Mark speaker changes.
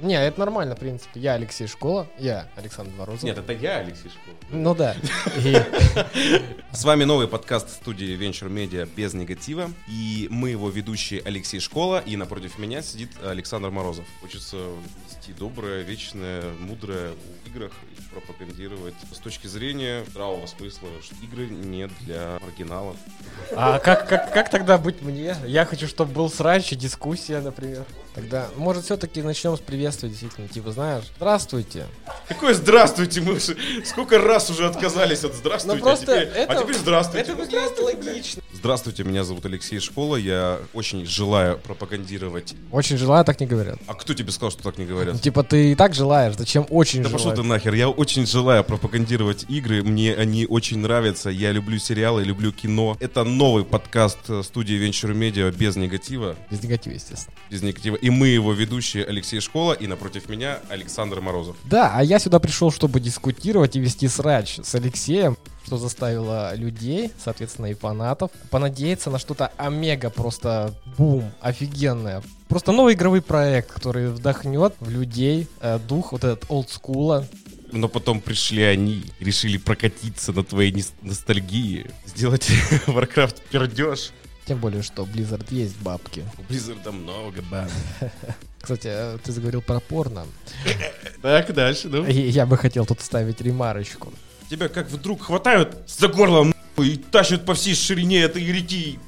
Speaker 1: Не, это нормально, в принципе. Я Алексей Школа, я Александр Дворозов.
Speaker 2: Нет, это я, Алексей Школ.
Speaker 1: Ну да. И
Speaker 2: С вами новый подкаст студии Venture Media без негатива. И мы его ведущие Алексей Школа, и напротив меня сидит Александр Морозов. Хочется вести доброе, вечное, мудрое в играх и пропагандировать с точки зрения здравого смысла, что игры не для маргиналов.
Speaker 1: А как, как, как тогда быть мне? Я хочу, чтобы был срач и дискуссия, например. Тогда, может, все-таки начнем с приветствия, действительно. Типа, знаешь, здравствуйте.
Speaker 2: Какое здравствуйте! Мы уже сколько раз уже отказались от
Speaker 1: Ну
Speaker 2: здравствуйте,
Speaker 1: просто
Speaker 2: а, теперь,
Speaker 1: это-
Speaker 2: а теперь здравствуйте.
Speaker 1: Это выглядит логично.
Speaker 2: Здравствуйте, меня зовут Алексей Школа. Я очень желаю пропагандировать.
Speaker 1: Очень желаю, так не говорят.
Speaker 2: А кто тебе сказал, что так не
Speaker 1: Ну,
Speaker 2: говорят?
Speaker 1: Типа, ты и так желаешь, зачем очень
Speaker 2: Да пошел ты
Speaker 1: желаешь?
Speaker 2: нахер, я очень желаю пропагандировать игры, мне они очень нравятся, я люблю сериалы, люблю кино. Это новый подкаст э, студии Venture Media без негатива,
Speaker 1: Без негатива, естественно.
Speaker 2: без негатива. И мы его ведущие Алексей Школа и напротив меня Александр Морозов.
Speaker 1: Да, а я сюда пришел, чтобы дискутировать и вести срач с Алексеем, что заставило людей, соответственно, и фанатов, понадеяться на что-то омега, просто бум, офигенное. Просто новый игровой проект, который вдохнет в людей э, дух вот этот олдскула.
Speaker 2: Но потом пришли они, решили прокатиться на твоей нис- ностальгии, сделать Warcraft пердеж.
Speaker 1: Тем более, что Blizzard есть бабки.
Speaker 2: У Blizzard много, ба.
Speaker 1: Кстати, э, ты заговорил про порно.
Speaker 2: Так, дальше, ну.
Speaker 1: И я бы хотел тут вставить ремарочку.
Speaker 2: Тебя как вдруг хватают за горло нахуй, и тащат по всей ширине этой реки